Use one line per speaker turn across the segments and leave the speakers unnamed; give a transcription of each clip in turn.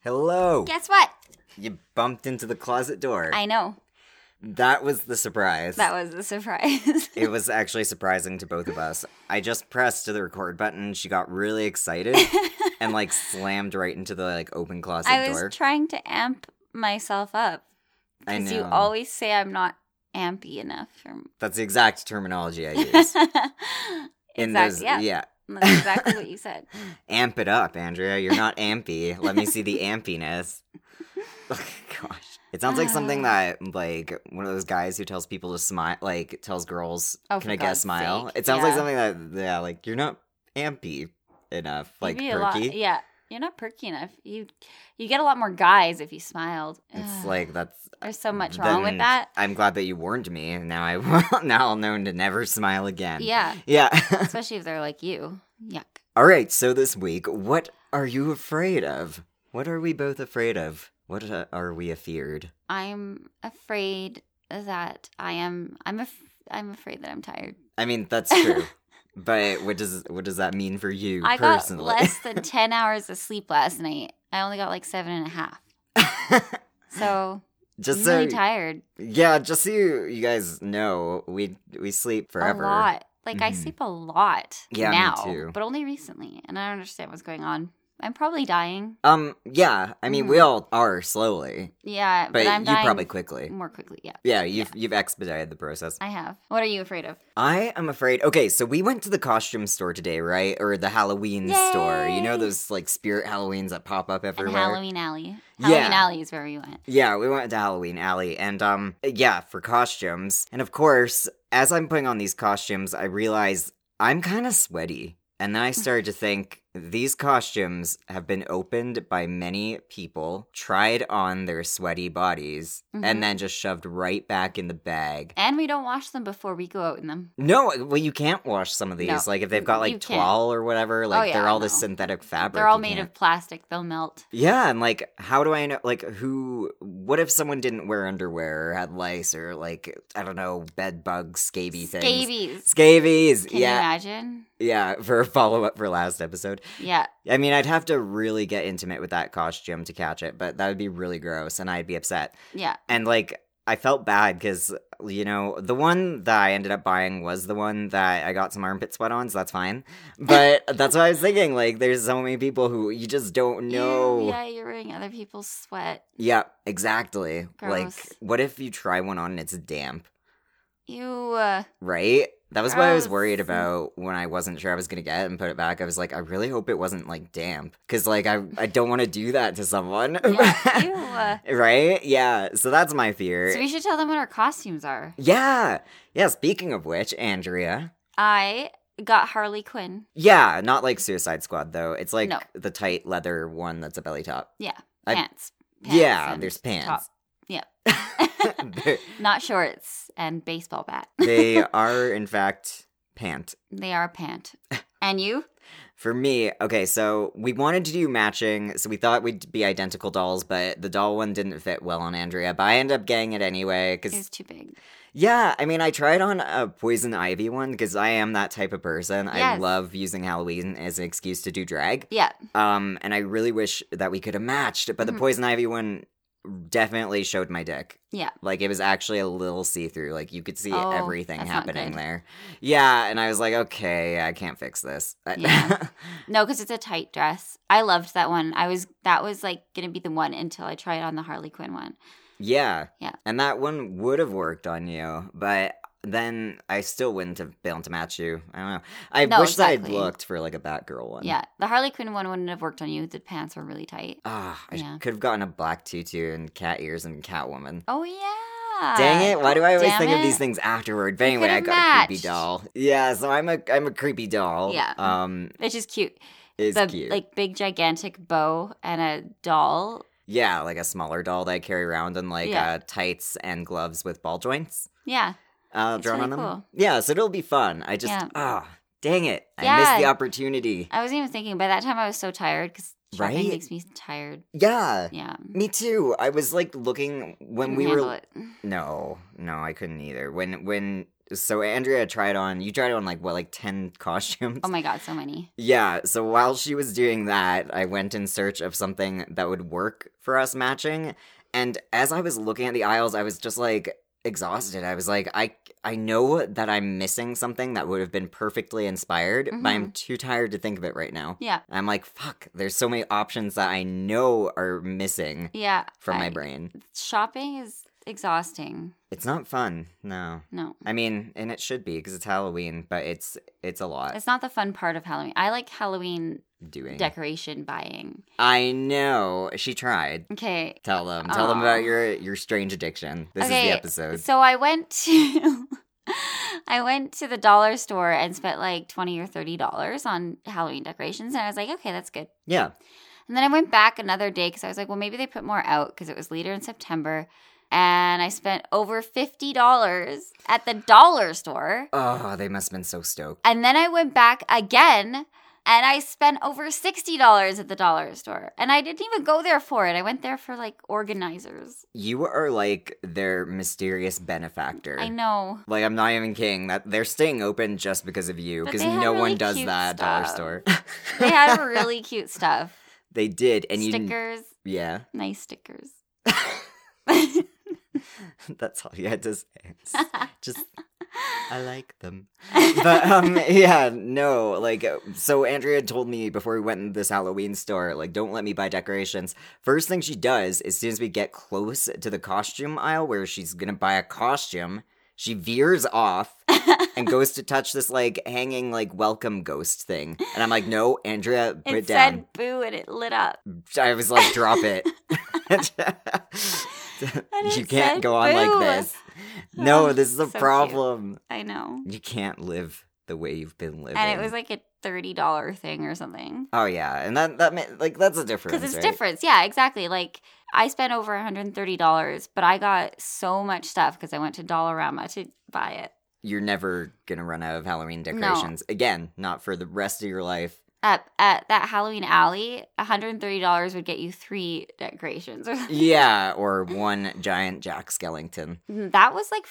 Hello.
Guess what?
You bumped into the closet door.
I know.
that was the surprise.
That was the surprise.
it was actually surprising to both of us. I just pressed the record button. She got really excited and like slammed right into the like open closet
I was
door.
trying to amp myself up
I
because you
know.
always say I'm not ampy enough. For...
That's the exact terminology I use. In
Exact-
those,
yeah.
yeah.
That's exactly what you said.
Amp it up, Andrea. You're not ampy. Let me see the ampiness. Oh, Gosh. It sounds like
Uh.
something that like one of those guys who tells people to smile like tells girls
Oh,
can
for
I guess
God's
smile?
sake.
It sounds like
Yeah.
something that yeah, like you're not ampy enough. Like
You'd be
perky.
a lot- yeah, you're not perky enough. You you get a lot more guys if you smiled.
It's
Ugh,
like that's
there's so much wrong
then
with that.
I'm glad that you warned me. Now I will now I'll know to never smile again.
Yeah,
Yeah.
especially if they're like you. Yuck.
All right, so this week, what are you afraid of? What are we both afraid of? What uh, are we afeared?
I'm afraid that I am. I'm af- I'm afraid that I'm tired.
I mean, that's true. but what does what does that mean for you
I got
personally?
less than 10 hours of sleep last night. I only got like seven and a half. So
just
I'm
so
really tired
yeah, just so you, you guys know, we we sleep forever.
a lot. Like I
Mhm.
sleep a lot
Yeah, me
now,
too.
but only recently. And I don't understand what's going on. I'm probably dying.
Um, yeah, I mean,
Mhm.
we all are slowly,
Yeah, but,
but,
I'm
you
dying
probably quickly.
more quickly. Yeah,
Yeah, you've you've expedited the process.
I have. What are you afraid of?
I am afraid. Okay, so we went to the costume store today, right? Or the Halloween store. You know
Yay!
those like spirit Halloweens that pop up
And
everywhere.
Halloween Alley. Halloween
Yeah.
Alley is where we went.
Yeah, we went to Halloween Alley and um yeah, for costumes. And of course, as I'm putting on these costumes, I realize I'm kind of sweaty. And then I
Hmm.
started to think these costumes have been opened by many people, tried on their sweaty bodies,
Mhm.
and then just shoved right back in the bag.
And we don't wash them before we go out in them.
No, well, you can't wash some of these.
No,
like if they've got
you
like
can't. Oh,
twill or whatever, like
yeah,
they're all this
no.
synthetic fabric.
They're all
you
made
can't-
of plastic. They'll melt.
Yeah, and like, how do I know? Like, who? What if someone didn't wear underwear or had lice or like I don't know, bed bugs, scabby things,
Scabies.
scabies?
Can you
yeah,
imagine?
yeah. For a follow up for last episode,
Yeah.
I mean, I'd have to really get intimate with that costume to catch it, but that would be really gross, and I'd be upset.
Yeah.
And like, I felt bad because you know the one that I ended up buying was the one that I got some armpit sweat on, so that's fine. But that's what I was thinking. Like, there's so many people who you just don't
Ew,
know.
yeah, you're wearing other people's sweat.
Yeah, exactly. Like,
Gross.
what if you try one on and it's damp,
You. Uh,
right? That was what I was worried
Gross.
about when I wasn't sure I was gonna get it and put it back. I was like, I really hope it wasn't like damp, because like I I don't want to do that to someone,
Yeah, ew, uh.
right? Yeah, so that's my fear.
so we should tell them what our costumes are.
yeah, yeah. Speaking of which, Andrea.
I got Harley Quinn.
Yeah, not like Suicide Squad though. It's like
No.
the tight leather one that's a belly top.
Yeah.
I-
Pants. Pants
yeah,
and
there's
top.
pants.
Yep.
They're-
Not shorts and baseball bat.
they are in fact pant.
They are a pant. And you?
For me, okay, so we wanted to do matching, so we thought we'd be identical dolls, but the doll one didn't fit well on Andrea, but I ended up getting it anyway.
It was
Because,
too big.
yeah, I mean, I tried on a Poison Ivy one because I am that type of person. I
Yes.
love using Halloween as an excuse to do drag.
Yeah.
Um, and I really wish that we could have matched, but the
Mhm.
Poison Ivy one definitely showed my dick.
Yeah.
Like it was actually a little see through. Like you could see
Oh,
everything
that's not
happening
good.
there. Yeah. And I was like, okay, I can't fix this.
Yeah. No, because it's a tight dress. I loved that one. I was that was like gonna be the one until I tried on the Harley Quinn one.
Yeah.
Yeah.
And that one would have worked on you, but then I still wouldn't have been able to match you. I don't know. I
No,
wish that I'd
exactly.
looked for like a Batgirl one.
Yeah. The Harley Quinn one wouldn't have worked on you. The pants were really tight.
Ah, I
Yeah.
could have gotten a black tutu and cat ears and Catwoman.
Oh yeah.
Dang it! Why do I always
Uh, damn
think of these
it.
things afterward? But anyway, I
could've
got a creepy
matched.
doll. Yeah, so I'm a I'm a creepy doll.
Yeah.
Um,
Which is cute.
is
the
cute.
like big gigantic bow and a doll.
yeah, like a smaller doll that I carry around in like
Yeah.
uh, tights and gloves with ball joints.
Yeah.
uh,
It's
drawn on
really
them.
cool.
Yeah, so it'll be fun. I just
Yeah.
ah, dang it, I
Yeah.
missed the opportunity.
I wasn't even thinking. By that time, I was so tired because shopping
Right?
makes me tired.
Yeah,
Yeah.
me too. I was like looking when
Mm-hmm. Couldn't
we were.
handle it.
No, no, I couldn't either. When when so Andrea tried on, you tried on like what, like 10 costumes?
Oh my god, so many.
Yeah, so while she was doing that, I went in search of something that would work for us matching. And as I was looking at the aisles, I was just like exhausted. I was like, I I know that I'm missing something that would have been perfectly inspired, but I'm too tired to think of it right now.
Yeah.
I'm like, fuck, there's so many options that I know are missing
Yeah.
from
I-
my brain.
Shopping is exhausting.
It's not fun. No.
No.
I mean, and it should be because it's Halloween, but it's it's a lot
It's not the fun part of Halloween. I like Halloween
doing.
decoration buying.
I know. She tried.
Okay.
Tell them. Tell them
Aw.
about your your strange addiction. This is
Okay,
the episode.
So I went to I went to the dollar store and spent like 20 or 30 dollars on Halloween decorations and I was like, "Okay, that's good."
yeah.
And then I went back another day cuz I was like, "Well, maybe they put more out because it was later in September." And I spent over $50 at the dollar store.
Oh, they must have been so stoked.
And then I went back again and I spent over $60 at the dollar store. And I didn't even go there for it. I went there for like organizers.
You are like their mysterious benefactor.
I know.
Like I'm not even kidding. That they're staying open just because of you,
But
because
they had
no one
really
does
cute
that at
stuff.
dollar store.
They had really cute stuff.
They did, and
stickers,
you yeah.
nice stickers.
That's all you had to say. It's Just I like them. but um yeah no like uh, so andrea told me before we went in this halloween store like don't let me buy decorations first thing she does as soon as we get close to the costume aisle where she's gonna buy a costume she veers off and goes to touch this like hanging like welcome ghost thing and i'm like no andrea put it
it
down
said boo and it lit up.
i was like drop it you
it
can't
said
go on
boo.
like this no
Oh,
this is a
so cute.
problem
I know.
you can't live the way you've been living
And it was like a $30 thing or something.
Oh yeah, and that that ma- like that's a difference.
Because it's
right?
different. Yeah, exactly. Like I spent over $130, but I got so much stuff because I went to Dollarama to buy it.
You're never gonna run out of Halloween decorations again. Not for the rest of your life.
At, at that Halloween alley, $130 would get you three decorations. or something.
Yeah, or one giant Jack Skellington.
that was like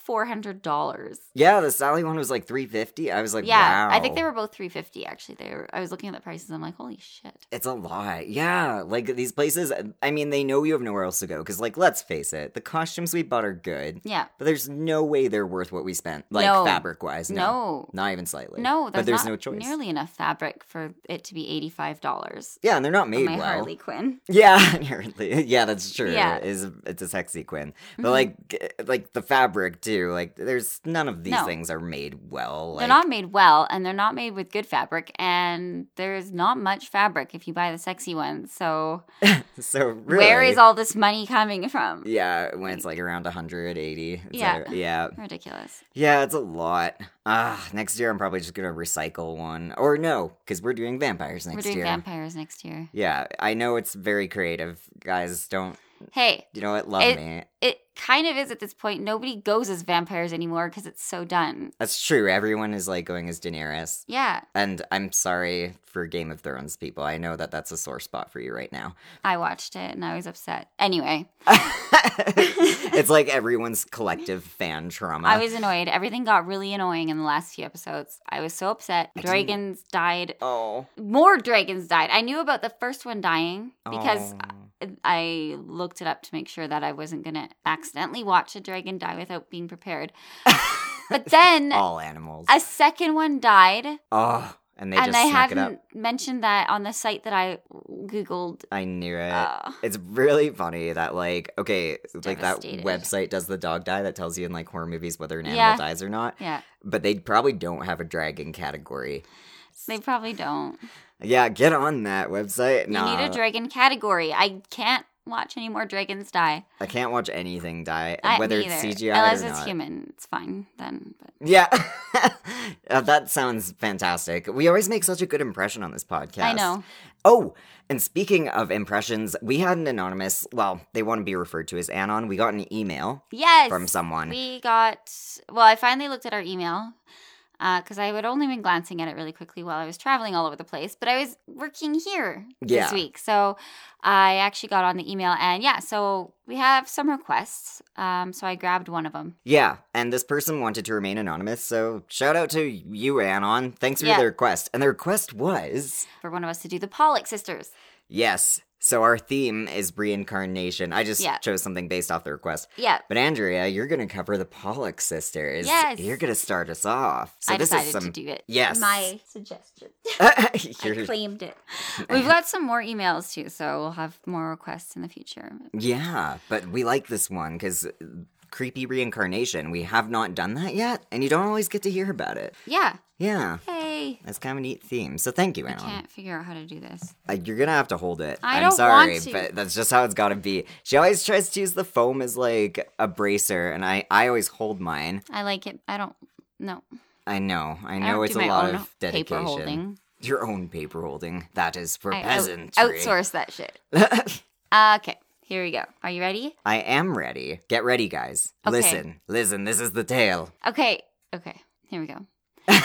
$400.
Yeah, the Sally one was like three fifty. I was like,
yeah,
wow.
I think they were both 350 actually. They were, I was looking at the prices. I'm like, holy shit.
It's a lot. Yeah, like these places. I mean, they know you have nowhere else to go because, like, let's face it, the costumes we bought are good,
Yeah.
but there's no way they're worth what we spent, like
No.
fabric wise. No,
No.
not even slightly.
No,
but there's
not
no choice.
nearly enough fabric for it to be $85
yeah, and they're not
on
made
Oh, my
well.
Harley Quinn.
Yeah, inherently. Yeah, that's true.
Yeah.
Is it's a sexy Quinn, but
Mhm.
like g- like the fabric too. Like there's none of these
No.
things are made well. Like,
they're not made well and they're not made with good fabric and there's not much fabric if you buy the sexy ones so
so really.
where is all this money coming from
Yeah, when it's like around 180. et
Yeah.
cetera. yeah,
ridiculous
yeah. It's a lot. Ah, next year I'm probably just gonna recycle one, or no, because we're doing vampires next
we're doing
year.
vampires next year
yeah, I know it's very creative, guys. Don't
hey
you know what? Love
It-
me.
it kind of is at this point nobody goes as vampires anymore because it's so done
That's true. Everyone is like going as Daenerys.
yeah
And I'm sorry for Game of Thrones people. I know that that's a sore spot for you right now.
i watched it and i was upset anyway
it's like everyone's collective fan trauma.
i was annoyed everything got really annoying in the last few episodes i was so upset
I didn't-
dragons died
oh
more dragons died i knew about the first one dying because
oh.
I looked it up to make sure that I wasn't going to accidentally watch a dragon die without being prepared. But then
all animals.
a second one died,
oh, and Oh. they
and
just
I
snuck it up.
hadn't mentioned that on the site that I Googled.
I knew it.
Uh,
it's really funny that like okay, like that
devastated.
website does the dog die that tells you in like horror movies whether an animal
Yeah.
dies or not,
yeah,
but they probably don't have a dragon category.
they probably don't.
Yeah, get on that website.
You
No,
need a dragon category. I can't watch any more dragons die.
I can't watch anything die,
I,
whether
me
it's
either.
CGI
unless
or
it's
not.
human, it's fine then. But
Yeah. Uh, that sounds fantastic. We always make such a good impression on this podcast.
I know.
Oh, and speaking of impressions, we had an anonymous, well, they want to be referred to as Anon. We got an email
Yes,
from someone.
We got well. I finally looked at our email because I had only been glancing at it really quickly while I was traveling all over the place. But I was working here
Yeah.
this week, so I actually got on the email, and yeah, so we have some requests. Um, so I grabbed one of them.
Yeah, and this person wanted to remain anonymous, so shout out to you, Anon. Thanks for
Yeah.
the request. And the request was
for one of us to do the Pollock sisters.
yes. So our theme is reincarnation. I just
Yeah.
chose something based off the request.
Yeah.
But Andrea, you're gonna cover the Pollock sisters.
Yes.
You're gonna start us off. So
I
this
decided
is some
to do it.
Yes.
My suggestion. I
You're-
claimed it. We've got some more emails too, so we'll have more requests in the future.
Yeah, but we like this one because creepy reincarnation. We have not done that yet, and you don't always get to hear about it.
Yeah.
Yeah,
Hey.
that's kind of a neat theme. So thank you,
I
Anon.
can't figure out how to do this.
Uh, you're gonna have to hold it.
I
am
don't
sorry,
want to.
but that's just how it's gotta be. She always tries to use the foam as like a bracer, and I I always hold mine.
I like it. I don't. No.
I know, I
I
know
don't
it's
do
a
my
lot
own
of dedication.
paper holding.
Your own paper holding. That is for
I oh, out-
peasantry.
outsource that shit.
outsource.
Okay. Here we go. Are you ready?
I am ready. Get ready, guys.
Okay.
Listen, listen, this is the tale.
Okay. Okay. Here we go. All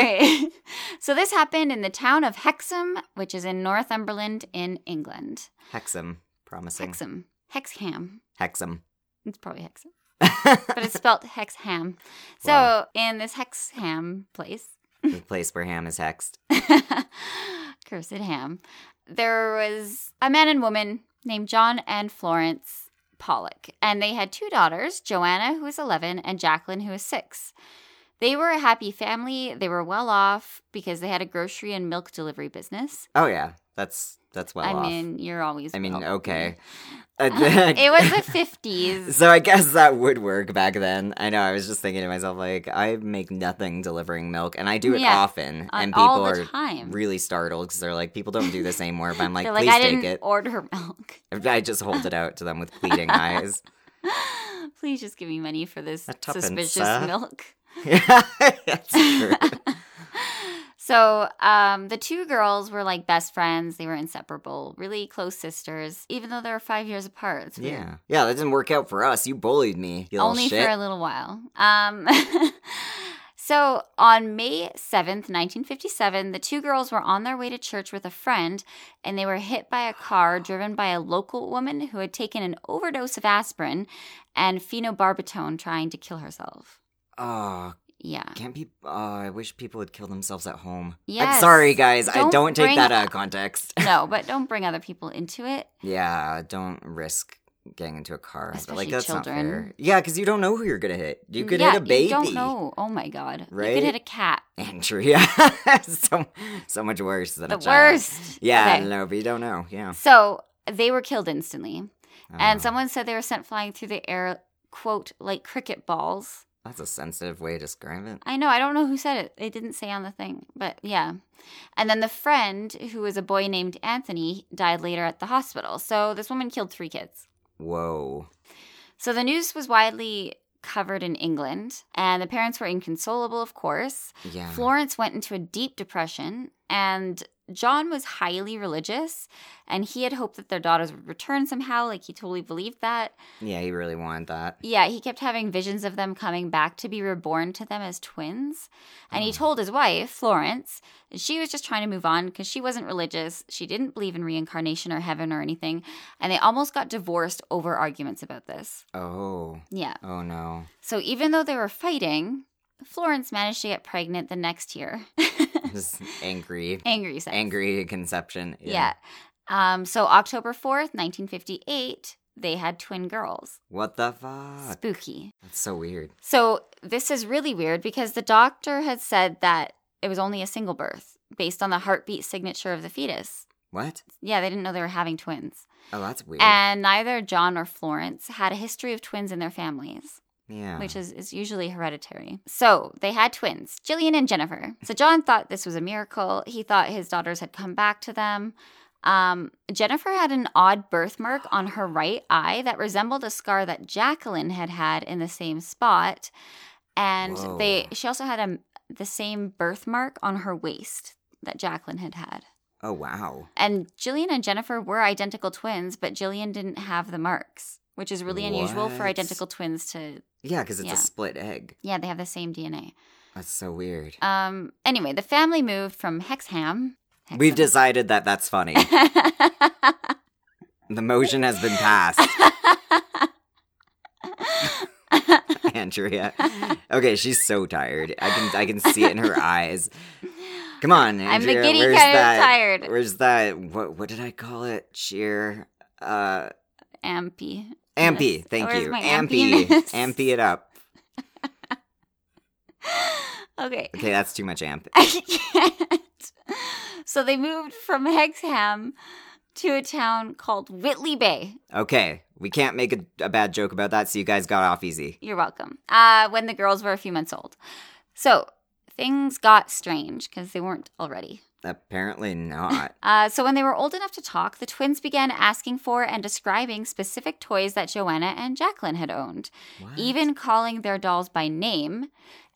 right. So this happened in the town of Hexham, which is in Northumberland in England.
Hexam. Promising.
Hexham. Hexham.
Hexam.
It's probably Hexham. But it's spelled Hexham. So
Wow.
in this Hexham place,
the place where Ham is hexed.
cursed ham, there was a man and woman named John and Florence Pollock. And they had two daughters, Joanna, who was 11, and Jacqueline, who was 6. They were a happy family. They were well off because they had a grocery and milk delivery business.
Oh yeah, that's that's well
I
off.
mean, you're always.
I mean,
well.
okay.
it was the 50s.
So I guess that would work back then. I know. I was just thinking to myself, like, I make nothing delivering milk, and I do it
Yeah,
often,
on-
and people
all the
are
time.
really startled because they're like, people don't do this anymore. But I'm like,
They're
please
like, I
take
didn't
it.
order milk.
I just hold it out to them with pleading eyes.
Please just give me money for this
A tuppence,
suspicious
sir.
milk.
Yeah, that's true.
so um, the two girls were like best friends. They were inseparable, really close sisters, even though they were five years apart. It's weird.
Yeah. Yeah, that didn't work out for us. You bullied me, you
Only
little shit.
for a little while. Um, so on May 7th, 1957, the two girls were on their way to church with a friend and they were hit by a car driven by a local woman who had taken an overdose of aspirin and phenobarbital trying to kill herself.
oh,
Yeah.
can't be. Oh, I wish people would kill themselves at home. I'm
Yes.
sorry, guys. I
Don't
don't take
bring
that out of context.
No, but don't bring other people into it.
yeah, don't risk getting into a car. But,
Especially
like, that's not
children. Mm,
fair. Yeah, because you don't know who you're going to hit. You could
yeah,
hit a baby.
You don't know. Oh my god. You
Right?
could hit a cat.
Andrea. so, so much worse than
The
a child.
worst.
Yeah,
Okay.
no, but you don't know. Yeah.
So they were killed instantly, and
Oh,
someone said they were sent flying through the air, quote, like cricket balls.
That's a sensitive way to describe it.
I know. I don't know who said it. They didn't say on the thing, but yeah. And then the friend, who was a boy named Anthony, died later at the hospital. So this woman killed three kids.
Whoa.
So the news was widely covered in England, and the parents were inconsolable, of course.
Yeah.
Florence went into a deep depression, and John was highly religious, and he had hoped that their daughters would return somehow. Like, he totally believed that.
yeah, you really wanted that.
Yeah, he kept having visions of them coming back to be reborn to them as twins. And he
Oh.
told his wife, Florence, that she was just trying to move on because she wasn't religious. She didn't believe in reincarnation or heaven or anything. And they almost got divorced over arguments about this.
Oh.
Yeah.
Oh, no.
So, even though they were fighting, Florence managed to get pregnant the next year.
Just angry.
Angry sex.
angry conception.
Yeah. Um, so October 4th, 1958, they had twin girls.
What the fuck?
Spooky.
That's so weird.
So this is really weird because the doctor had said that it was only a single birth based on the heartbeat signature of the fetus.
What?
Yeah, they didn't know they were having twins.
Oh, that's weird.
And neither John or Florence had a history of twins in their families,
yeah.
which is, is usually hereditary. So they had twins, Jillian and Jennifer. So John thought this was a miracle. He thought his daughters had come back to them. Um, Jennifer had an odd birthmark on her right eye that resembled a scar that Jacqueline had had in the same spot, and
Whoa.
they she also had a the same birthmark on her waist that Jacqueline had had.
oh wow.
And Jillian and Jennifer were identical twins, but Jillian didn't have the marks, which is really unusual for
What?
identical twins to
Yeah, because it's
Yeah.
a split egg.
yeah they have the same DNA.
That's so weird.
Um, anyway, the family moved from Hexham.
We've decided that that's funny.
just.
the motion has been passed, Andrea. Okay, she's so tired. I can I can see it in her eyes. Come on, Andrea.
I'm the giddy kind
where's
of
that,
tired.
Where's that? What what did I call it? Cheer. Uh,
Ampy.
ampy.
Yes.
Thank
Where's
you.
my
Ampy.
ampiness?
Ampy it up.
Okay.
Okay, that's too much amp.
I can't. So they moved from Hexham to a town called Whitley Bay.
Okay, we can't make a, a bad joke about that, so you guys got off easy.
You're welcome. Uh, when the girls were a few months old. So things got strange because they weren't already.
Apparently not.
Uh, so when they were old enough to talk, the twins began asking for and describing specific toys that Joanna and Jacqueline had owned,
What?
even calling their dolls by name.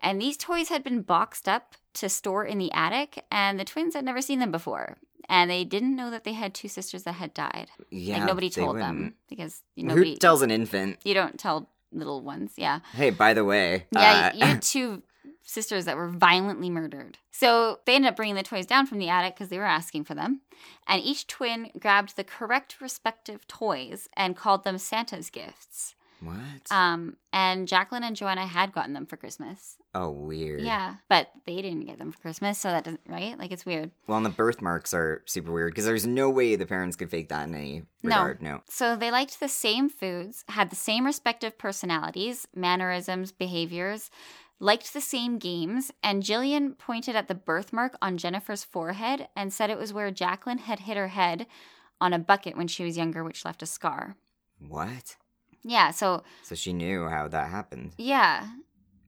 And these toys had been boxed up to store in the attic, and the twins had never seen them before. And they didn't know that they had two sisters that had died.
yeah,
like nobody
they
told them
wouldn't.
because
Who
nobody
tells an infant?
you don't tell little ones. Yeah.
Hey, by the way,
Yeah,
uh,
you had two sisters that were violently murdered. So they ended up bringing the toys down from the attic because they were asking for them. And each twin grabbed the correct respective toys and called them Santa's gifts.
what?
Um, and Jacqueline and Joanna had gotten them for Christmas.
oh, weird.
Yeah, but they didn't get them for Christmas, so that doesn't right. Like it's weird.
Well, and the birthmarks are super weird because there's no way the parents could fake that in any
No.
regard. No.
So they liked the same foods, had the same respective personalities, mannerisms, behaviors, liked the same games, and Jillian pointed at the birthmark on Jennifer's forehead and said it was where Jacqueline had hit her head on a bucket when she was younger, which left a scar.
What?
Yeah, so
So she knew how that happened.
yeah,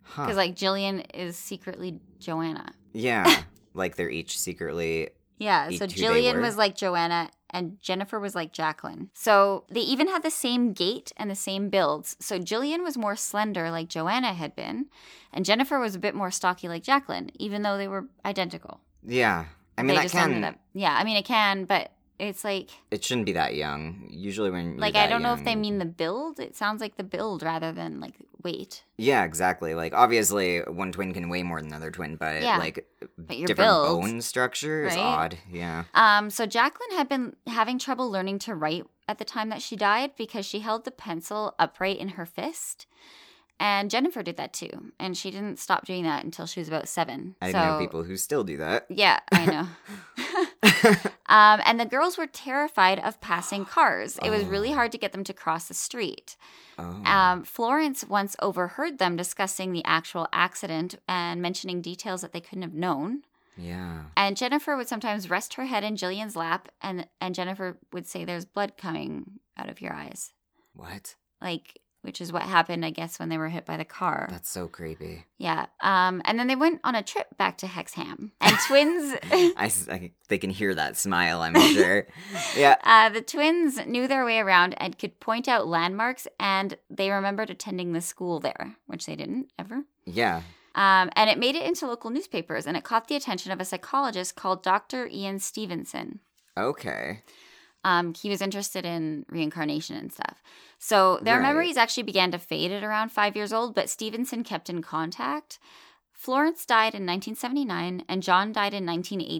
Huh.
because like Jillian is secretly Joanna.
yeah. like they're each secretly.
Yeah,
Eat
so
who they
Jillian
were.
was like Joanna and Jennifer was like Jacqueline. So they even had the same gait and the same builds. So Jillian was more slender like Joanna had been, and Jennifer was a bit more stocky like Jacqueline, even though they were identical.
Yeah. I mean,
they
that can.
Yeah, I mean it can, but it's like
It shouldn't be that young. Usually, when you're
like I
that
don't know if they
young-
mean the build. It sounds like the build rather than like weight.
Yeah, exactly. Like obviously, one twin can weigh more than another twin, but
Yeah.
like
your
different
build,
bone structure is
right?
odd. Yeah.
Um, so Jacqueline had been having trouble learning to write at the time that she died because she held the pencil upright in her fist. And Jennifer did that too. And she didn't stop doing that until she was about seven.
I
so,
know people who still do that.
Yeah, I know. um, and the girls were terrified of passing cars. It was
Oh.
really hard to get them to cross the street.
Oh.
Um, Florence once overheard them discussing the actual accident and mentioning details that they couldn't have known.
yeah.
And Jennifer would sometimes rest her head in Jillian's lap, and and Jennifer would say, "There's blood coming out of your eyes,"
What?
like which is what happened, I guess, when they were hit by the car.
That's so creepy.
yeah. Um. And then they went on a trip back to Hexham, and twins.
I, s- I- they can hear that smile. I'm sure. yeah.
Uh, the twins knew their way around and could point out landmarks, and they remembered attending the school there, which they didn't ever.
Yeah.
Um, and it made it into local newspapers, and it caught the attention of a psychologist called Dr. Ian Stevenson.
Okay.
Um, he was interested in reincarnation and stuff. So their
Right.
memories actually began to fade at around five years old, but Stevenson kept in contact. Florence died in 1979 and John died in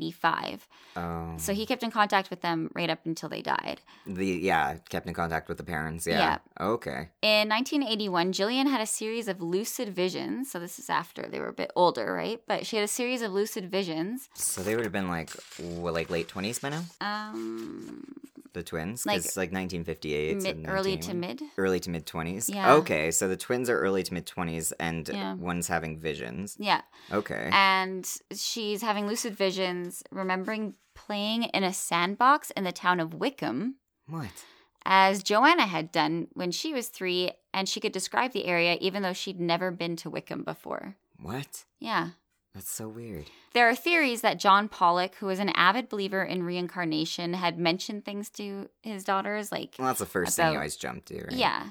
1985.
Oh.
So he kept in contact with them right up until they died.
the yeah kept in contact with the parents. Yeah.
Yeah.
Okay.
In 1981, Jillian had a series of lucid visions. So this is after they were a bit older, right? But she had a series of lucid visions.
So they would have been like what, like late twenties by now.
Um,
The twins.
Like,
'Cause it's like 1958. so
mid, early to
1981.
mid.
Early to mid 20s.
Yeah.
Okay, so the twins are early to mid 20s and
Yeah.
one's having visions.
Yeah.
Okay.
and she's having lucid visions, remembering playing in a sandbox in the town of Wickham,
what?
as Joanna had done when she was three, and she could describe the area even though she'd never been to Wickham before.
What?
Yeah.
That's so weird.
There are theories that John Pollock, who was an avid believer in reincarnation, had mentioned things to his daughters, like,
Well, that's the first thing you
About-
always jump to, right?
yeah.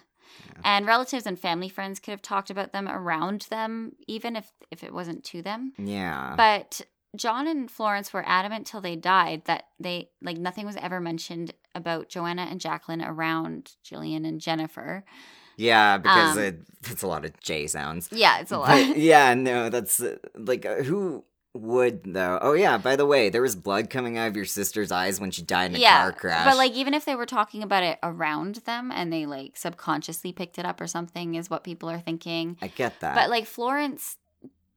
Yeah.
And relatives and family friends could have talked about them around them, even if, if it wasn't to them.
Yeah.
But John and Florence were adamant till they died that they like nothing was ever mentioned about Joanna and Jacqueline around Jillian and Jennifer.
Yeah, because
Um,
it, it's a lot of J sounds.
Yeah, it's a lot.
But, yeah, no, that's uh, like uh, who would though? Oh yeah, by the way, there was blood coming out of your sister's eyes when she died in a car crash.
But like even if they were talking about it around them and they like subconsciously picked it up or something is what people are thinking.
I get that.
But like Florence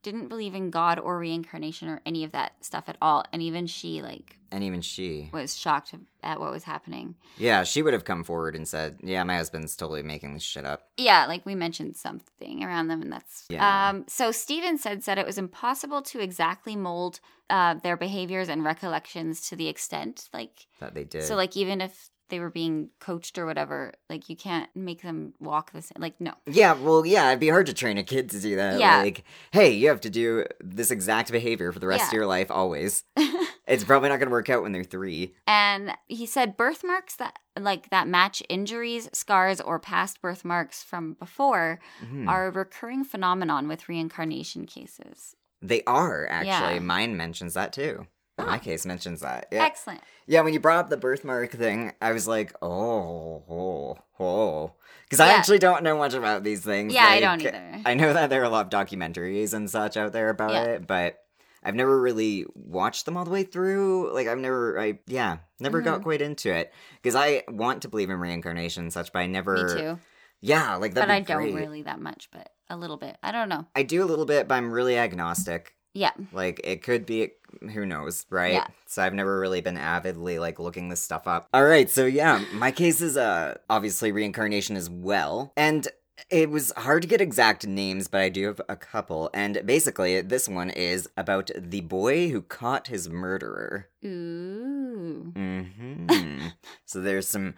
didn't believe in God or reincarnation or any of that stuff at all and even she like
and even she.
was shocked at what was happening.
Yeah, she would have come forward and said, "Yeah, my husband's totally making this shit up."
Yeah, like we mentioned something around them, and that's
Yeah.
um. So Stevenson said it was impossible to exactly mold uh, their behaviors and recollections to the extent like
That they did.
so like even if they were being coached or whatever, like you can't make them walk the same. Like no,
Yeah, well, yeah, it'd be hard to train a kid to do that.
Yeah.
Like, hey, you have to do this exact behavior for the rest of
Yeah.
your life always. it's probably not going to work out when they're three.
and he said birthmarks that like that match injuries, scars, or past birthmarks from before
Mhm.
are a recurring phenomenon with reincarnation cases.
They are, actually.
Yeah.
Mine mentions that too. My case mentions that. Yeah.
Excellent.
yeah, when you brought up the birthmark thing, I was like, oh, oh, oh. Because I
Yeah.
actually don't know much about these things.
Yeah, I
like,
don't either.
I know that there are a lot of documentaries and such out there about
Yeah.
it, but I've never really watched them all the way through. Like I've never, I yeah, never
Mm-hmm.
got quite into it because I want to believe in reincarnation and such, but I never.
Me too.
Yeah, like that.
but I don't
great.
really that much, but a little bit. I don't know.
I do a little bit, but I'm really agnostic.
Yeah.
Like it could be, who knows, right?
Yeah.
So I've never really been avidly like looking this stuff up. All right, so yeah, my case is uh obviously reincarnation as well, and it was hard to get exact names, but I do have a couple. And basically, this one is about the boy who caught his murderer.
Ooh.
hmm so there's some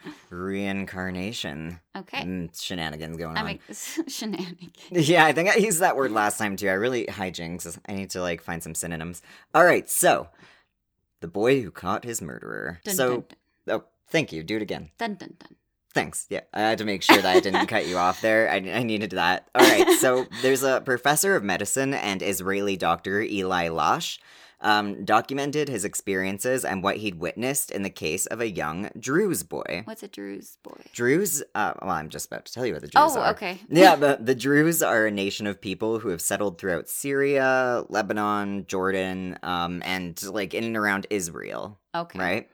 reincarnation
Okay.
and shenanigans going
I
on.
mean, shenanigans.
Yeah, I think I used that word last time too. I really hijinks. I need to like find some synonyms. All right, so the boy who caught his murderer.
Dun,
so, oh, thank you. Do it again.
dun, dun, dun, dun.
Thanks. Yeah, I had to make sure that I didn't cut you off there. I, I needed that. All right, so there's a professor of medicine and Israeli doctor Eli Lash. Um, documented his experiences and what he'd witnessed in the case of a young Druze boy.
What's a Drew's boy?
Druze, uh, well, I'm just about to tell you what the Druze
Oh,
are.
okay.
Yeah, the, the Druze are a nation of people who have settled throughout Syria, Lebanon, Jordan, um, and like in and around Israel,
Okay.
right?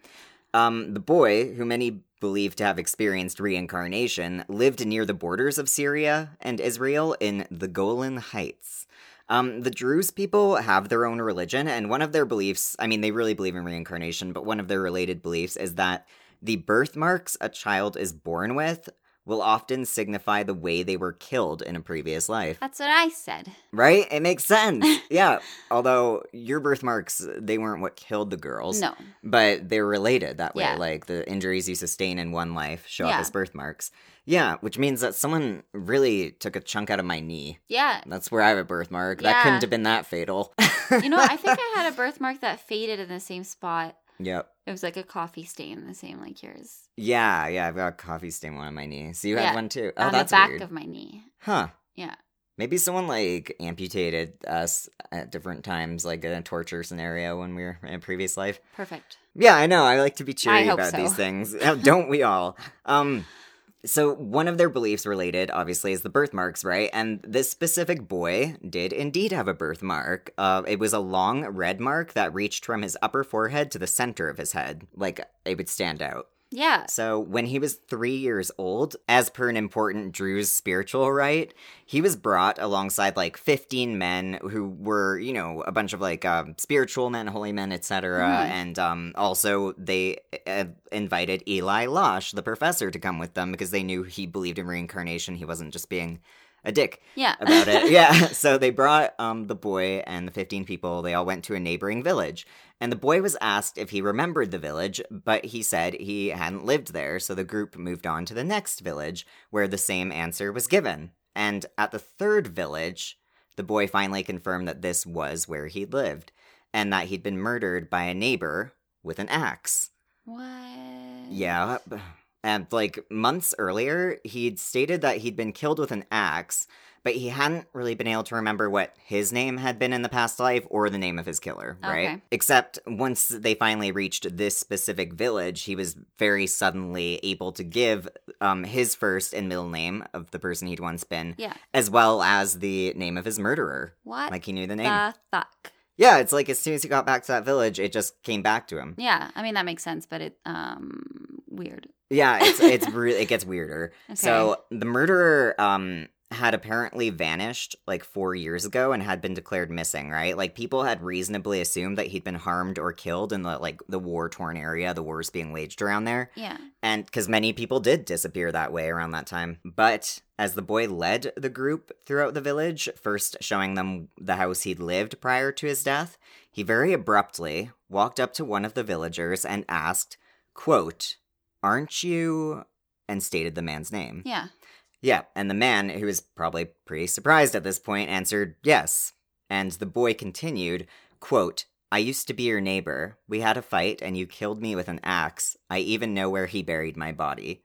Um, the boy, who many believe to have experienced reincarnation, lived near the borders of Syria and Israel in the Golan Heights. Um, the Druze people have their own religion, and one of their beliefs I mean, they really believe in reincarnation, but one of their related beliefs is that the birthmarks a child is born with will often signify the way they were killed in a previous life.
That's what I said.
Right? It makes sense. yeah. Although your birthmarks, they weren't what killed the girls
No.
but they're related that way.
Yeah.
Like the injuries you sustain in one life show
Yeah.
up as birthmarks. Yeah, which means that someone really took a chunk out of my knee.
Yeah.
That's where I have a birthmark. That
Yeah.
couldn't have been that fatal.
You know, I think I had a birthmark that faded in the same spot.
Yep.
It was like a coffee stain, the same like yours,
Yeah, yeah. I've got a coffee stain on my knee. So you
Yeah.
had one too.
on
Oh,
the
that's
back
weird.
of my knee.
huh.
Yeah.
Maybe someone like amputated us at different times, like in a torture scenario when we were in a previous life.
Perfect.
Yeah, I know. I like to be cheery
hope
about
so.
these things. Oh, Don't we all? Um so one of their beliefs related obviously is the birthmarks, right? And this specific boy did indeed have a birthmark. Uh it was a long red mark that reached from his upper forehead to the center of his head, like it would stand out.
Yeah.
So when he was three years old, as per an important Druze spiritual rite, he was brought alongside like fifteen men who were, you know, a bunch of like um, spiritual men, holy men, etc.
Mhm.
And um, also they uh, invited Eli Losh, the professor, to come with them because they knew he believed in reincarnation. He wasn't just being a dick
Yeah.
about it. yeah. So they brought um, the boy and the 15 people. They all went to a neighboring village. And the boy was asked if he remembered the village, but he said he hadn't lived there. So the group moved on to the next village where the same answer was given. And at the third village, the boy finally confirmed that this was where he lived and that he'd been murdered by a neighbor with an axe.
What?
Yeah. And like months earlier, he'd stated that he'd been killed with an axe, but he hadn't really been able to remember what his name had been in the past life or the name of his killer, right?
Okay.
Except once they finally reached this specific village, he was very suddenly able to give um, his first and middle name of the person he'd once been,
Yeah.
as well as the name of his murderer.
What
Like he knew the name.
the fuck?
yeah, it's like as soon as he got back to that village, it just came back to him.
Yeah, I mean that makes sense, but it um weird.
Yeah, it's it's really it gets weirder.
Okay.
So the murderer um had apparently vanished like 4 years ago and had been declared missing, right? Like people had reasonably assumed that he'd been harmed or killed in the like the war-torn area, the wars being waged around there,
yeah,
and cuz many people did disappear that way around that time. But as the boy led the group throughout the village, first showing them the house he'd lived prior to his death, he very abruptly walked up to one of the villagers and asked, quote, Aren't you? and stated the man's name.
yeah.
Yeah, and the man, who was probably pretty surprised at this point, answered, Yes. And the boy continued, quote, I used to be your neighbor. We had a fight, and you killed me with an axe. I even know where he buried my body.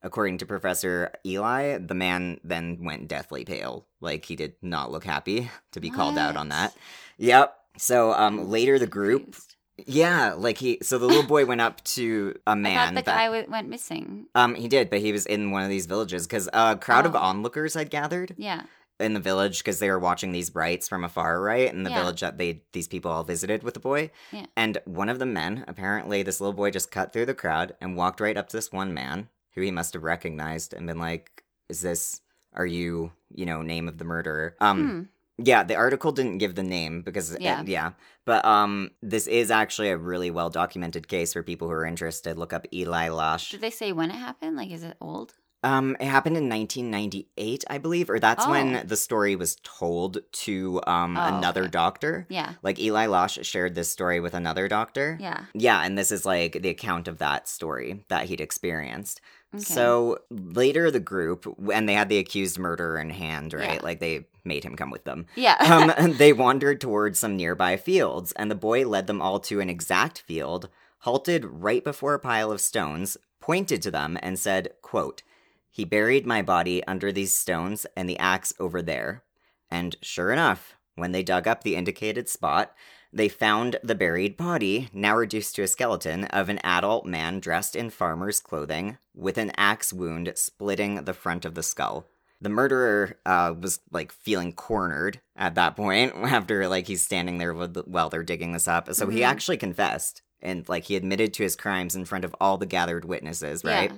According to Professor Eli, the man then went deathly pale. Like, he did not look happy to be called out on
What?
that. Yep. So
I'm
um, later, the group
Confused.
yeah, like he. So the little boy went up to a
I
man.
thought the
that-
guy w- went missing.
um, he did, but he was in one of these villages because a crowd of
Oh.
onlookers had gathered
Yeah,
in the village because they were watching these rites from afar, right? In the
Yeah.
village that they these people all visited with the boy.
Yeah.
And one of the men, apparently, this little boy just cut through the crowd and walked right up to this one man who he must have recognized and been like, "Is this? Are you? You know, name of the murderer?" Um.
Hmm.
Yeah, the article didn't give the name because it-
Yeah.
yeah. But um this is actually a really well documented case for people who are interested. Look up Eli Lash.
Did they say when it happened? Like, is it old?
Um it happened in 1998, I believe, or that's
Oh.
when the story was told to um
Oh,
another
okay.
doctor.
Yeah,
Like Eli Lash shared this story with another doctor.
yeah.
Yeah, and this is like the account of that story that he'd experienced.
Okay.
So later, the group, and they had the accused murderer in hand, right?
Yeah.
Like they made him come with them.
yeah,
um, they wandered towards some nearby fields, and the boy led them all to an exact field, halted right before a pile of stones, pointed to them, and said, quote, He buried my body under these stones and the axe over there. And sure enough, when they dug up the indicated spot, they found the buried body, now reduced to a skeleton, of an adult man dressed in farmer's clothing, with an axe wound splitting the front of the skull the murderer uh, was like feeling cornered at that point after like he's standing there with, while they're digging this up so he
Mhm.
actually confessed and like he admitted to his crimes in front of all the gathered witnesses right
Yeah.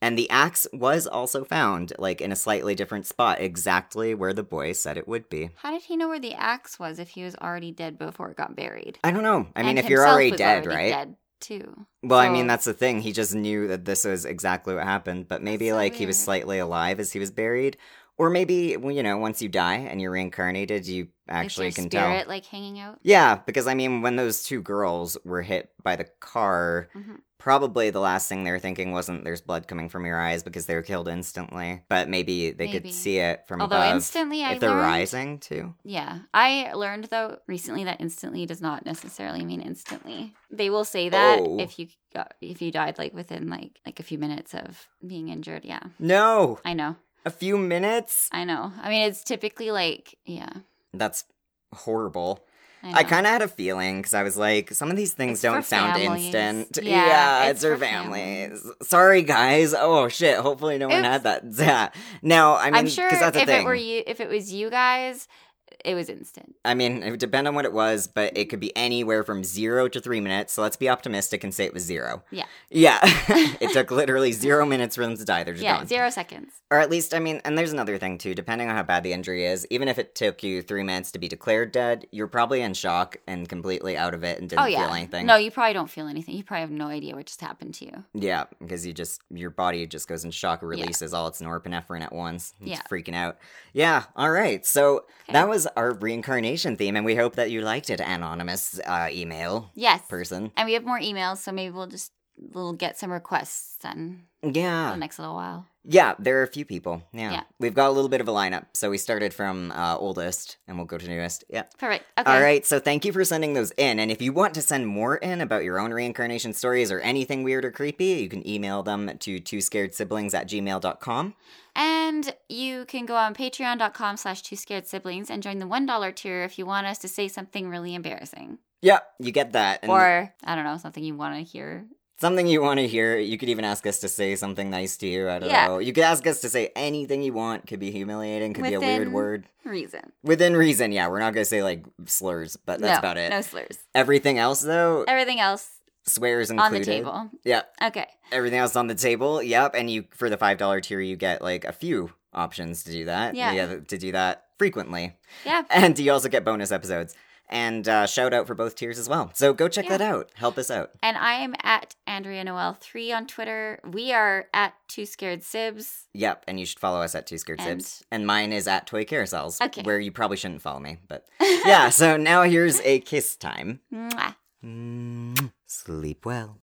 and the axe was also found like in a slightly different spot exactly where the boy said it would be
How did he know where the axe was if he was already dead before it got buried?
i don't know i mean
And
if you're
himself
already
was
dead right
Dead too.
well i
so-
mean that's the thing he just knew that this was exactly what happened but maybe
That's so
like he was
weird.
slightly alive as he was buried or maybe well, you know once you die and you're reincarnated you actually
is your
can tell
spirit like hanging out.
Yeah, because I mean, when those two girls were hit by the car,
Mhm.
probably the last thing they were thinking wasn't there's blood coming from your eyes because they were killed instantly. But maybe they
Maybe.
could see it from
Although
above
instantly, I
if they're
learned.
rising too.
Yeah, I learned though recently that instantly does not necessarily mean instantly. They will say that
Oh.
if you got, if you died like within like like a few minutes of being injured. Yeah,
No,
I know,
a few minutes.
I know. I mean, it's typically like yeah.
That's horrible.
I,
I,
know.
kind of had a feeling because I was like, some of these things
It's for
don't sound
families.
instant.
Yeah,
Yeah,
it's
it's, for
for
families. Sorry, guys. Oh shit. Hopefully, no one
Oops.
had that. Yeah. No, I mean,
I'm sure
'cause that's the
if
thing.
it were you, if it was you guys, it was instant.
I mean, it would depend on what it was, but it could be anywhere from zero to three minutes. So let's be optimistic and say it was zero.
Yeah.
Yeah. it took literally zero minutes for them to die. They're just
yeah,
gone.
zero seconds.
Or at least, I mean, and there's another thing too, depending on how bad the injury is, even if it took you three minutes to be declared dead, you're probably in shock and completely out of it and didn't
oh yeah,
feel anything.
no, you probably don't feel anything. You probably have no idea what just happened to you.
Yeah, because you just your body just goes in shock, releases all its norepinephrine at once. It's
Yeah.
freaking out. Yeah. All right. So
Okay.
that was our reincarnation theme, and we hope that you liked it, anonymous uh, email
Yes,
person.
and we have more emails, so maybe we'll just we'll get some requests and
Yeah.
the next little while.
Yeah, there are a few people. Yeah.
Um, Yeah.
We've got a little bit of a lineup. So we started from uh, oldest and we'll go to newest. Yeah.
Perfect. Okay.
All right. So thank you for sending those in. And if you want to send more in about your own reincarnation stories or anything weird or creepy, you can email them to two scared siblings at gmail.com.
And you can go on patreon.com slash two scared siblings and join the $1 tier if you want us to say something really embarrassing.
Yeah. You get that. And
or, I don't know, something you want to hear.
something you want to hear. You could even ask us to say something nice to you. I don't
Yeah.
know. You could ask us to say anything you want. Could be humiliating, could be a weird
Within-
word.
Reason.
Within reason, yeah. We're not going to say like slurs, but that's
no,
about it.
No slurs.
Everything else, though,
Everything else
swears
on
included.
the table.
Yeah.
Okay.
everything else on the table. Yep, and you for the five dollar tier, you get like a few options to do that.
Yeah.
You get to do that frequently,
Yeah.
and you also get bonus episodes and uh, shout out for both tiers as well. So go check
Yeah.
that out. Help us out.
And I am at Andrea Noel three on Twitter. We are at Two Scared Sibs.
Yep, and you should follow us at Two Scared
And-
Sips, and mine is at Toy Carousels,
Okay.
where you probably shouldn't follow me, but yeah. So now here's a kiss time.
Mwah.
Mwah. Mm, Sleep well.